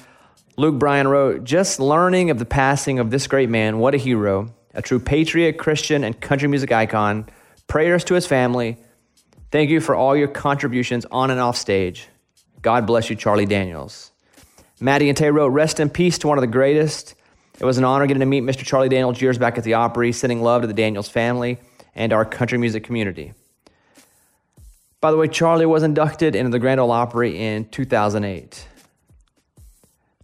S4: Luke Bryan wrote, just learning of the passing of this great man, what a hero, a true patriot, Christian, and country music icon. Prayers to his family. Thank you for all your contributions on and off stage. God bless you, Charlie Daniels. Maddie and Tay wrote, Rest in peace to one of the greatest. It was an honor getting to meet Mr. Charlie Daniels years back at the Opry, sending love to the Daniels family and our country music community. By the way, Charlie was inducted into the Grand Ole Opry in 2008.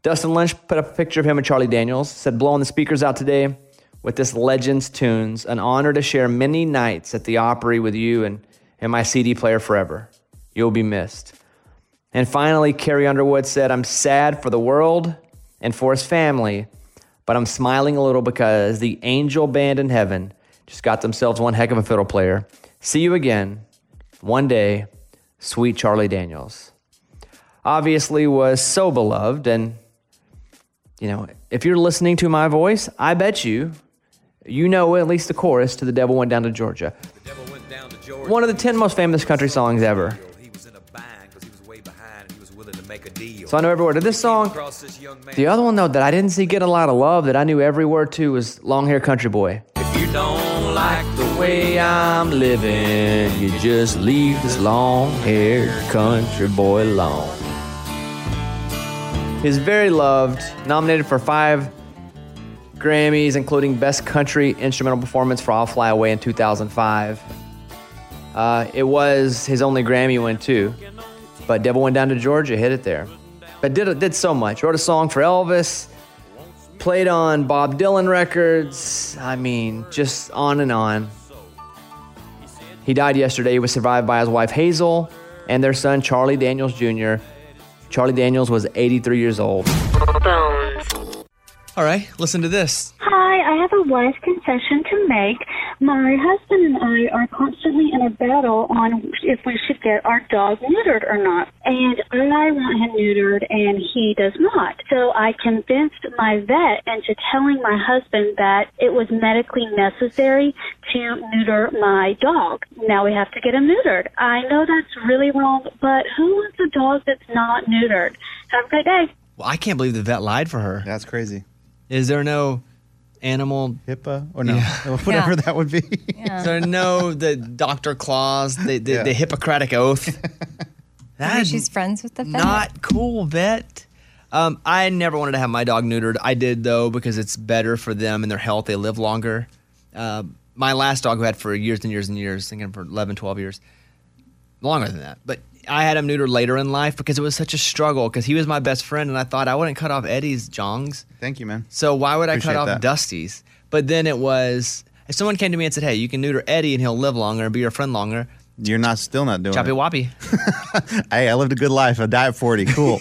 S4: Dustin Lynch put up a picture of him and Charlie Daniels, said, Blowing the speakers out today with this Legends Tunes, an honor to share many nights at the Opry with you and, and my CD player forever. You'll be missed. And finally, Carrie Underwood said, I'm sad for the world and for his family, but I'm smiling a little because the angel band in heaven just got themselves one heck of a fiddle player. See you again one day, sweet Charlie Daniels. Obviously, was so beloved, and you know, if you're listening to my voice, I bet you, you know at least the chorus to "The Devil Went Down to Georgia," one of the ten most famous country songs ever. So I know every word of this song. The other one though that I didn't see get a lot of love that I knew every word to was "Long Hair Country Boy."
S16: You don't like the way I'm living. You just leave this long hair country boy alone.
S4: He's very loved, nominated for five Grammys, including Best Country Instrumental Performance for I'll Fly Away in 2005. Uh, it was his only Grammy win, too. But Devil Went Down to Georgia hit it there. But did, did so much. Wrote a song for Elvis, played on Bob Dylan records. I mean, just on and on. He died yesterday. He was survived by his wife Hazel and their son Charlie Daniels Jr. Charlie Daniels was 83 years old.
S10: All right, listen to this.
S11: Hi, I have a wise confession to make. My husband and I are constantly in a battle on if we should get our dog neutered or not. And I want him neutered, and he does not. So I convinced my vet into telling my husband that it was medically necessary to neuter my dog. Now we have to get him neutered. I know that's really wrong, but who wants a dog that's not neutered? Have a great day.
S10: Well, I can't believe the vet lied for her.
S6: That's crazy.
S10: Is there no animal
S6: HIPAA or no? Whatever that would be.
S10: Is there no the doctor clause, the the,
S6: Yeah.
S10: the Hippocratic oath?
S8: Maybe
S10: That's
S8: she's friends with the vet.
S10: not cool, vet. Um, I never wanted to have my dog neutered. I did though because it's better for them and their health. They live longer. Uh, my last dog, who I had for years and years and years, thinking for 11, 12 years, longer than that. But I had him neutered later in life because it was such a struggle. Because he was my best friend, and I thought I wouldn't cut off Eddie's jongs.
S6: Thank you, man.
S10: So why would I
S6: Appreciate
S10: cut off
S6: that.
S10: Dusty's? But then it was if someone came to me and said, "Hey, you can neuter Eddie, and he'll live longer and be your friend longer."
S6: You're not still not doing
S10: Choppy
S6: it.
S10: Woppy.
S6: Hey, I lived a good life. I died at 40. Cool.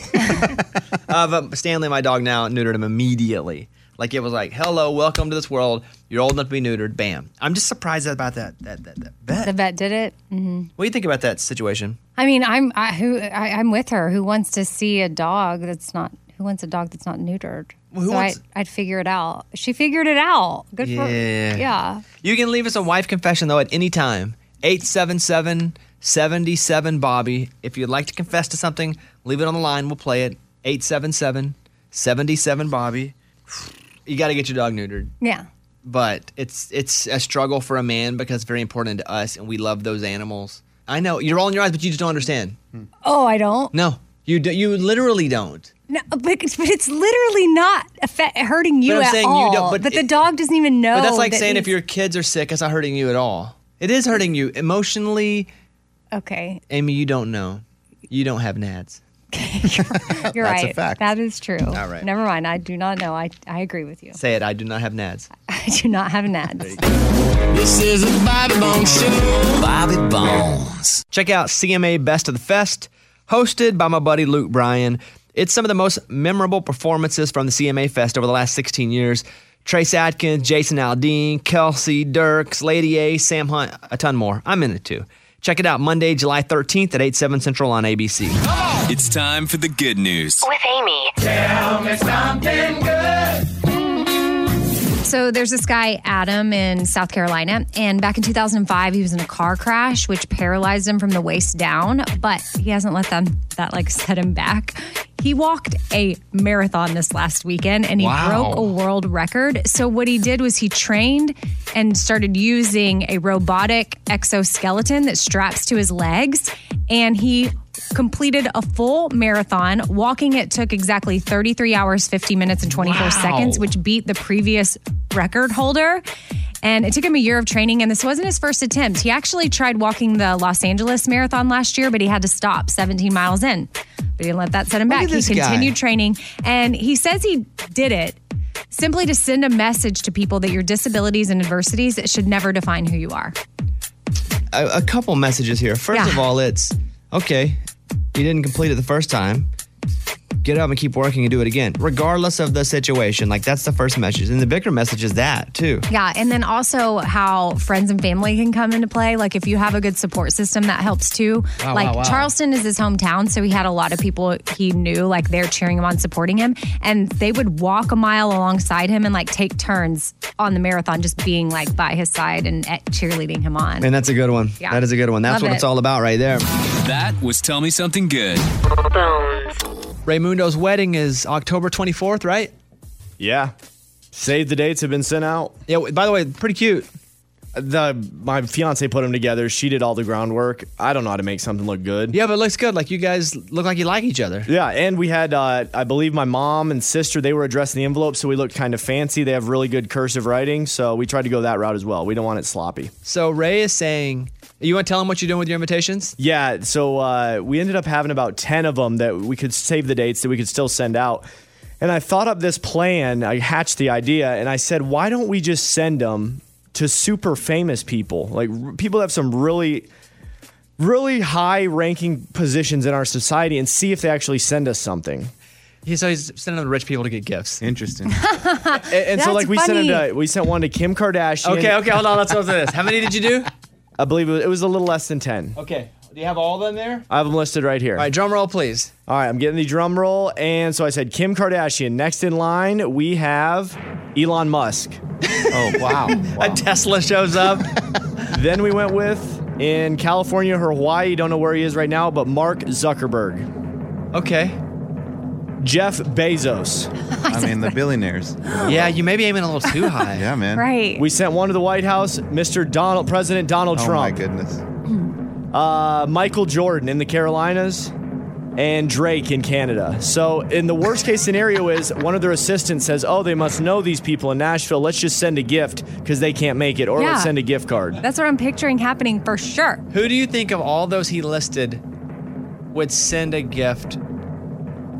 S10: uh, but Stanley, my dog now, neutered him immediately. Like it was like, hello, welcome to this world. You're old enough to be neutered. Bam. I'm just surprised about that. That that, that.
S8: The vet did it. hmm
S10: What do you think about that situation?
S8: I mean, I'm I, who I, I'm with her. Who wants to see a dog that's not who wants a dog that's not neutered?
S4: Well, who
S8: so
S4: wants-
S8: I, I'd figure it out. She figured it out. Good for
S4: Yeah.
S8: yeah.
S4: You can leave us a wife confession, though, at any time. 877 77 Bobby. If you'd like to confess to something, leave it on the line. We'll play it. 877 77
S10: [sighs]
S4: Bobby. You got to get your dog neutered.
S8: Yeah.
S4: But it's it's a struggle for a man because it's very important to us and we love those animals. I know you're rolling your eyes, but you just don't understand.
S8: Oh, I don't.
S4: No, you do, you literally don't.
S8: No, but, but it's literally not affect, hurting you
S4: But I'm
S8: at
S4: saying you
S8: all.
S4: don't- but
S8: the dog doesn't even know.
S4: but that's like
S8: Oh, that
S4: saying if
S8: he's-
S4: your kids are sick, it's not hurting you at all. It is hurting you emotionally.
S8: okay.
S4: Amy, you don't know. You don't have nads.
S8: You're
S4: [laughs] That's a
S8: right.
S4: fact.
S8: That is true.
S4: All right.
S8: Never mind. I do not know. I I agree with you. [laughs]
S4: Say it. I do not have nads.
S8: I do not have nads.
S4: This is a Bobby Bones show. Bobby Bones. Check out CMA Best of the Fest, hosted by my buddy Luke Bryan. It's some of the most memorable performances from the CMA Fest over the last 16 years. Trace Adkins, Jason Aldean, Kelsey Dirks, Lady A, Sam Hunt, a ton more. I'm in it too. Check it out Monday, July 13th at 8, 7 Central on ABC.
S17: It's time for the good news.
S2: With Amy. Tell me something good.
S8: So there's this guy, Adam, in South Carolina. And back in 2005, he was in a car crash, which paralyzed him from the waist down. But he hasn't let them, that like set him back. He walked a marathon this last weekend and he
S18: Wow.
S8: broke a world record. So what he did was he trained and started using a robotic exoskeleton that straps to his legs. And he completed a full marathon. Walking it took exactly 33 hours, 50 minutes, and 24
S18: Wow.
S8: seconds, which beat the previous record holder. And it took him a year of training, and this wasn't his first attempt. He actually tried walking the Los Angeles Marathon last year, but he had to stop 17 miles in. But he didn't let that set him
S18: Look
S8: back.
S18: at
S8: He
S18: this guy.
S8: continued training, and he says he did it simply to send a message to people that your disabilities and adversities should never define who you are.
S4: a, a couple messages here. First
S8: Yeah.
S4: of all, it's okay, you didn't complete it the first time. Get up and keep working and do it again, regardless of the situation. Like, that's the first message. And the bigger message is that, too.
S8: Yeah, and then also how friends and family can come into play. Like if you have a good support system, that helps too.
S18: Wow,
S8: like
S18: wow, wow.
S8: Charleston is his hometown, so he had a lot of people he knew, like they're cheering him on, supporting him, and they would walk a mile alongside him and like take turns on the marathon, just being like by his side and eh, cheerleading him on.
S4: And that's a good one.
S8: Yeah.
S4: That is a good one. That's
S8: Love
S4: what
S8: it.
S4: it's all about right there.
S17: That was Tell Me Something Good.
S4: Raymundo's wedding is October 24th, right?
S19: Yeah. Save the dates have been sent out.
S4: Yeah. By the way, pretty cute.
S19: The Uh, my fiance put them together. She did all the groundwork. I don't know how to make something look good.
S4: Yeah, but it looks good. Like you guys look like you like each other.
S19: Yeah, and we had uh, I believe my mom and sister they were addressing the envelope, so we looked kind of fancy. They have really good cursive writing, so we tried to go that route as well. We don't want it sloppy.
S4: So Ray is saying, you want to tell him what you're doing with your invitations?
S19: Yeah, so uh, we ended up having about 10 of them that we could save the dates that we could still send out. And I thought up this plan, I hatched the idea, and I said, why don't we just send them to super famous people? Like r- people that have some really, really high ranking positions in our society and see if they actually send us something.
S4: He, so he's sending them to rich people to get gifts.
S6: [laughs]
S19: Interesting. and and so, like, we sent it to, we sent one to Kim Kardashian.
S4: Okay, okay, hold on. Let's go through this. How many did you do?
S19: I believe it was, it was a little less than 10.
S4: Okay. Do you have all of them there?
S19: I have them listed right here. All right,
S4: drum roll, please.
S19: All right, I'm getting the drum roll. And so I said Kim Kardashian. Next in line, we have Elon Musk. Oh, wow.
S4: A Tesla shows up.
S19: then we went with, in California or Hawaii, don't know where he is right now, but Mark Zuckerberg.
S4: Okay.
S19: Jeff Bezos. I mean, the billionaires.
S4: Yeah, you may be aiming a little too high.
S19: yeah, man.
S8: Right.
S19: We sent one to the White House, Mr. Donald, President Donald
S6: Oh,
S19: Trump.
S6: my goodness.
S19: Uh, Michael Jordan in the Carolinas and Drake in Canada. So, in the worst case scenario, is one of their assistants says, Oh, they must know these people in Nashville. Let's just send a gift because they can't make it, or
S8: Yeah.
S19: let's send a gift card.
S8: That's what I'm picturing happening for sure.
S4: Who do you think of all those he listed would send a gift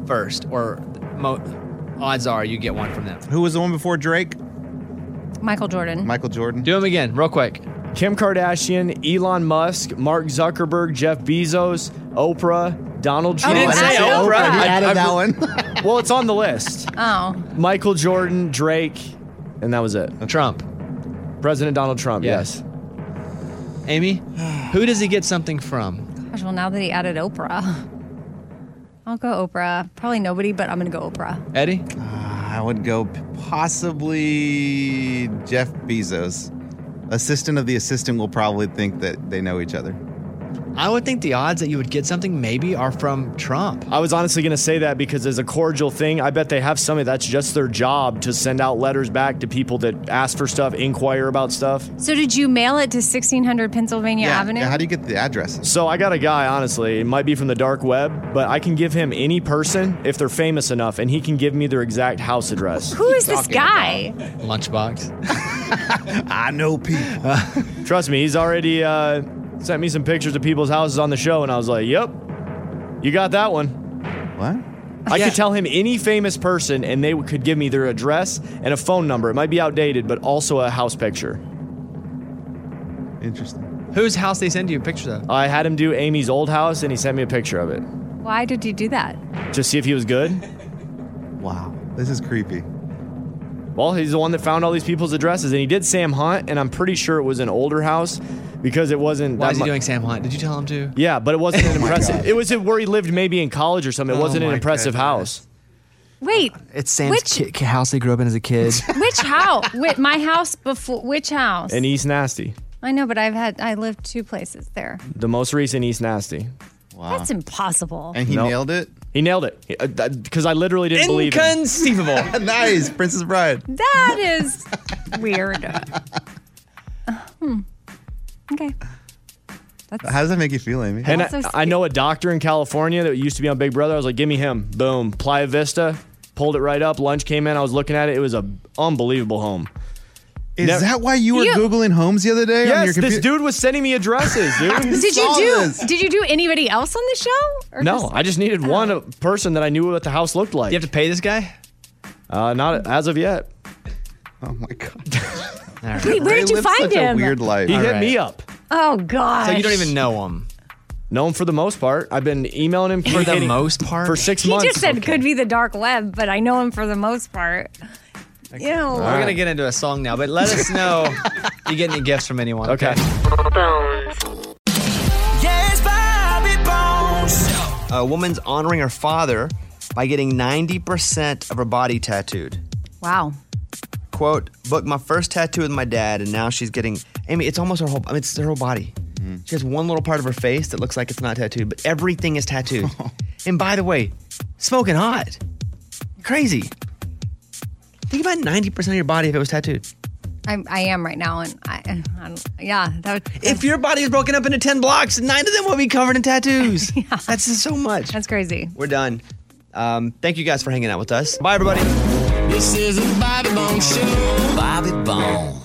S4: first, or mo- odds are you get one from them?
S6: Who was the one before Drake?
S8: Michael Jordan.
S19: Michael Jordan.
S4: Do them again, real quick.
S19: Kim Kardashian, Elon Musk, Mark Zuckerberg, Jeff Bezos, Oprah, Donald
S4: You
S6: Oh,
S19: Trump.
S4: Oh, didn't say Oprah. You added that
S19: one. well, it's on the list.
S8: Oh.
S19: Michael Jordan, Drake, and that was it.
S4: Trump.
S19: President Donald Trump, yes.
S4: Amy, who does he get something from?
S8: Gosh, well, now that he added Oprah. I'll go Oprah. Probably nobody, but I'm gonna go Oprah.
S20: Eddie?
S6: I would go possibly Jeff Bezos. Assistant of the assistant will probably think that they know each other.
S4: I would think the odds that you would get something maybe are from Trump.
S19: I was honestly going to say that because as a cordial thing, I bet they have somebody that's just their job to send out letters back to people that ask for stuff, inquire about stuff.
S8: So did you mail it to 1600 Pennsylvania Avenue?
S19: do
S6: you get the address?
S19: So I got a guy, honestly, it might be from the dark web, but I can give him any person if they're famous enough, and he can give me their exact house address.
S8: Who is this guy?
S4: Lunchbox.
S19: I know people. Trust me, he's already uh, sent me some pictures of people's houses on the show, and I was like, "Yep, you got that one."
S6: [laughs] What?
S19: I could tell him any famous person, and they could give me their address and a phone number. It might be outdated, but also a house picture.
S6: Interesting.
S4: Whose house they send you a picture of?
S19: I had him do Amy's old house, and he sent me a picture of it
S8: Why did you do that?
S19: to see if he was good.
S6: Wow, this is creepy.
S19: Well, he's the one that found all these people's addresses, and he did Sam Hunt, and I'm pretty sure it was an older house because it wasn't.
S4: Why
S19: that
S4: is he
S19: mu-
S4: doing Sam Hunt? Did you tell him to?
S19: Yeah, but it
S4: [laughs]
S19: wasn't an impressive. It was where he lived, maybe in college or something. It
S4: Oh
S19: wasn't an
S4: my
S19: impressive house.
S8: Wait,
S4: It's
S8: Sam's Which-
S4: [laughs] house they grew up in as a [laughs] kid.
S8: which house? Wait, my house before which house?
S19: An East Nasty,
S8: I know, but I've had I lived two places there.
S19: the most recent East Nasty.
S6: Wow.
S8: That's impossible.
S19: [laughs]
S6: nailed it.
S19: He nailed it because I literally didn't believe him.
S4: Inconceivable.
S6: nice, Princess Bride.
S8: That is weird. Uh, hmm. Okay.
S6: How does that make you feel, Amy?
S19: And I, I know a doctor in California that used to be on Big Brother. I was like, give me him. Boom. Playa Vista. Pulled it right up. Lunch came in. I was looking at it. It was an unbelievable home.
S6: Is
S19: Never-
S6: that why you were Googling homes the other day? on your
S19: Yes, this
S6: computer?
S19: dude was sending me addresses, dude.
S8: Did you do did you do anybody else on the show? Or
S19: No,
S8: just-
S19: I just needed one uh, person that I knew what the house looked like. You have
S4: to pay this guy?
S19: Uh, not as of yet.
S6: Oh my god!
S8: Wait, where did you find him?
S19: He hit
S4: Alright.
S19: me up.
S8: Oh gosh.
S4: know him.
S19: Know him for the most part. I've been emailing him for
S4: the
S19: hitting-
S4: most part?
S19: for six
S8: He
S19: months.
S8: just said could be the dark web, but I know him for the most part. Ew.
S4: We're gonna get into a song now, but let us know if you get any gifts from anyone. Okay.
S3: Yes, Bobby Bones.
S4: A woman's honoring her father by getting 90% of her body tattooed.
S8: Wow.
S4: Quote, booked my first tattoo with my dad, and now she's getting Amy, it's almost her whole I mean, it's her whole body.
S8: Mm-hmm.
S4: She has one little part of her face that looks like it's not tattooed, but everything
S8: [laughs]
S4: is tattooed. and by the way, smoking hot. Crazy. Think about 90% of your body if it was tattooed.
S8: I, I am right now, and I, I don't, yeah, that would,
S4: If your body is broken up into 10 blocks, nine of them will be covered in tattoos.
S8: [laughs]
S4: That's just so much.
S8: That's crazy.
S4: We're done. Um, thank you guys for hanging out with us. Bye, everybody.
S3: This is a Bobby Bones show. Bobby Bones.